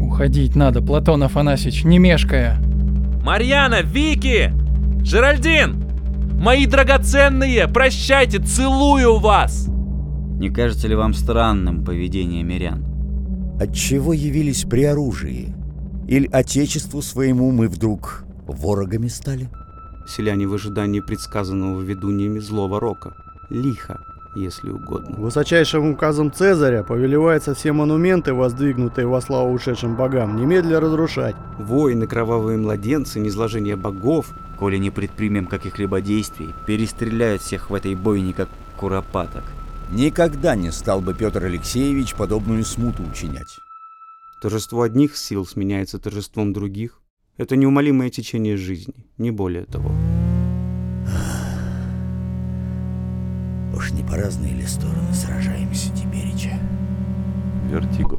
Уходить надо, Платон Афанасьевич, не мешкая. Марьяна, Вики! Жеральдин! Мои драгоценные, прощайте, целую вас! Не кажется ли вам странным поведение мирян? Отчего явились при оружии? Или отечеству своему мы вдруг ворогами стали? Селяне в ожидании предсказанного ведуниями злого рока. Лихо, если угодно. Высочайшим указом Цезаря повелевается все монументы, воздвигнутые во славу ушедшим богам, немедля разрушать. Воины, кровавые младенцы, низложение богов. Коли не предпримем каких-либо действий, перестреляют всех в этой бойне, как куропаток. Никогда не стал бы Петр Алексеевич подобную смуту учинять. Торжество одних сил сменяется торжеством других. Это неумолимое течение жизни, не более того. Уж не по разные ли стороны сражаемся теперь, Вертиго.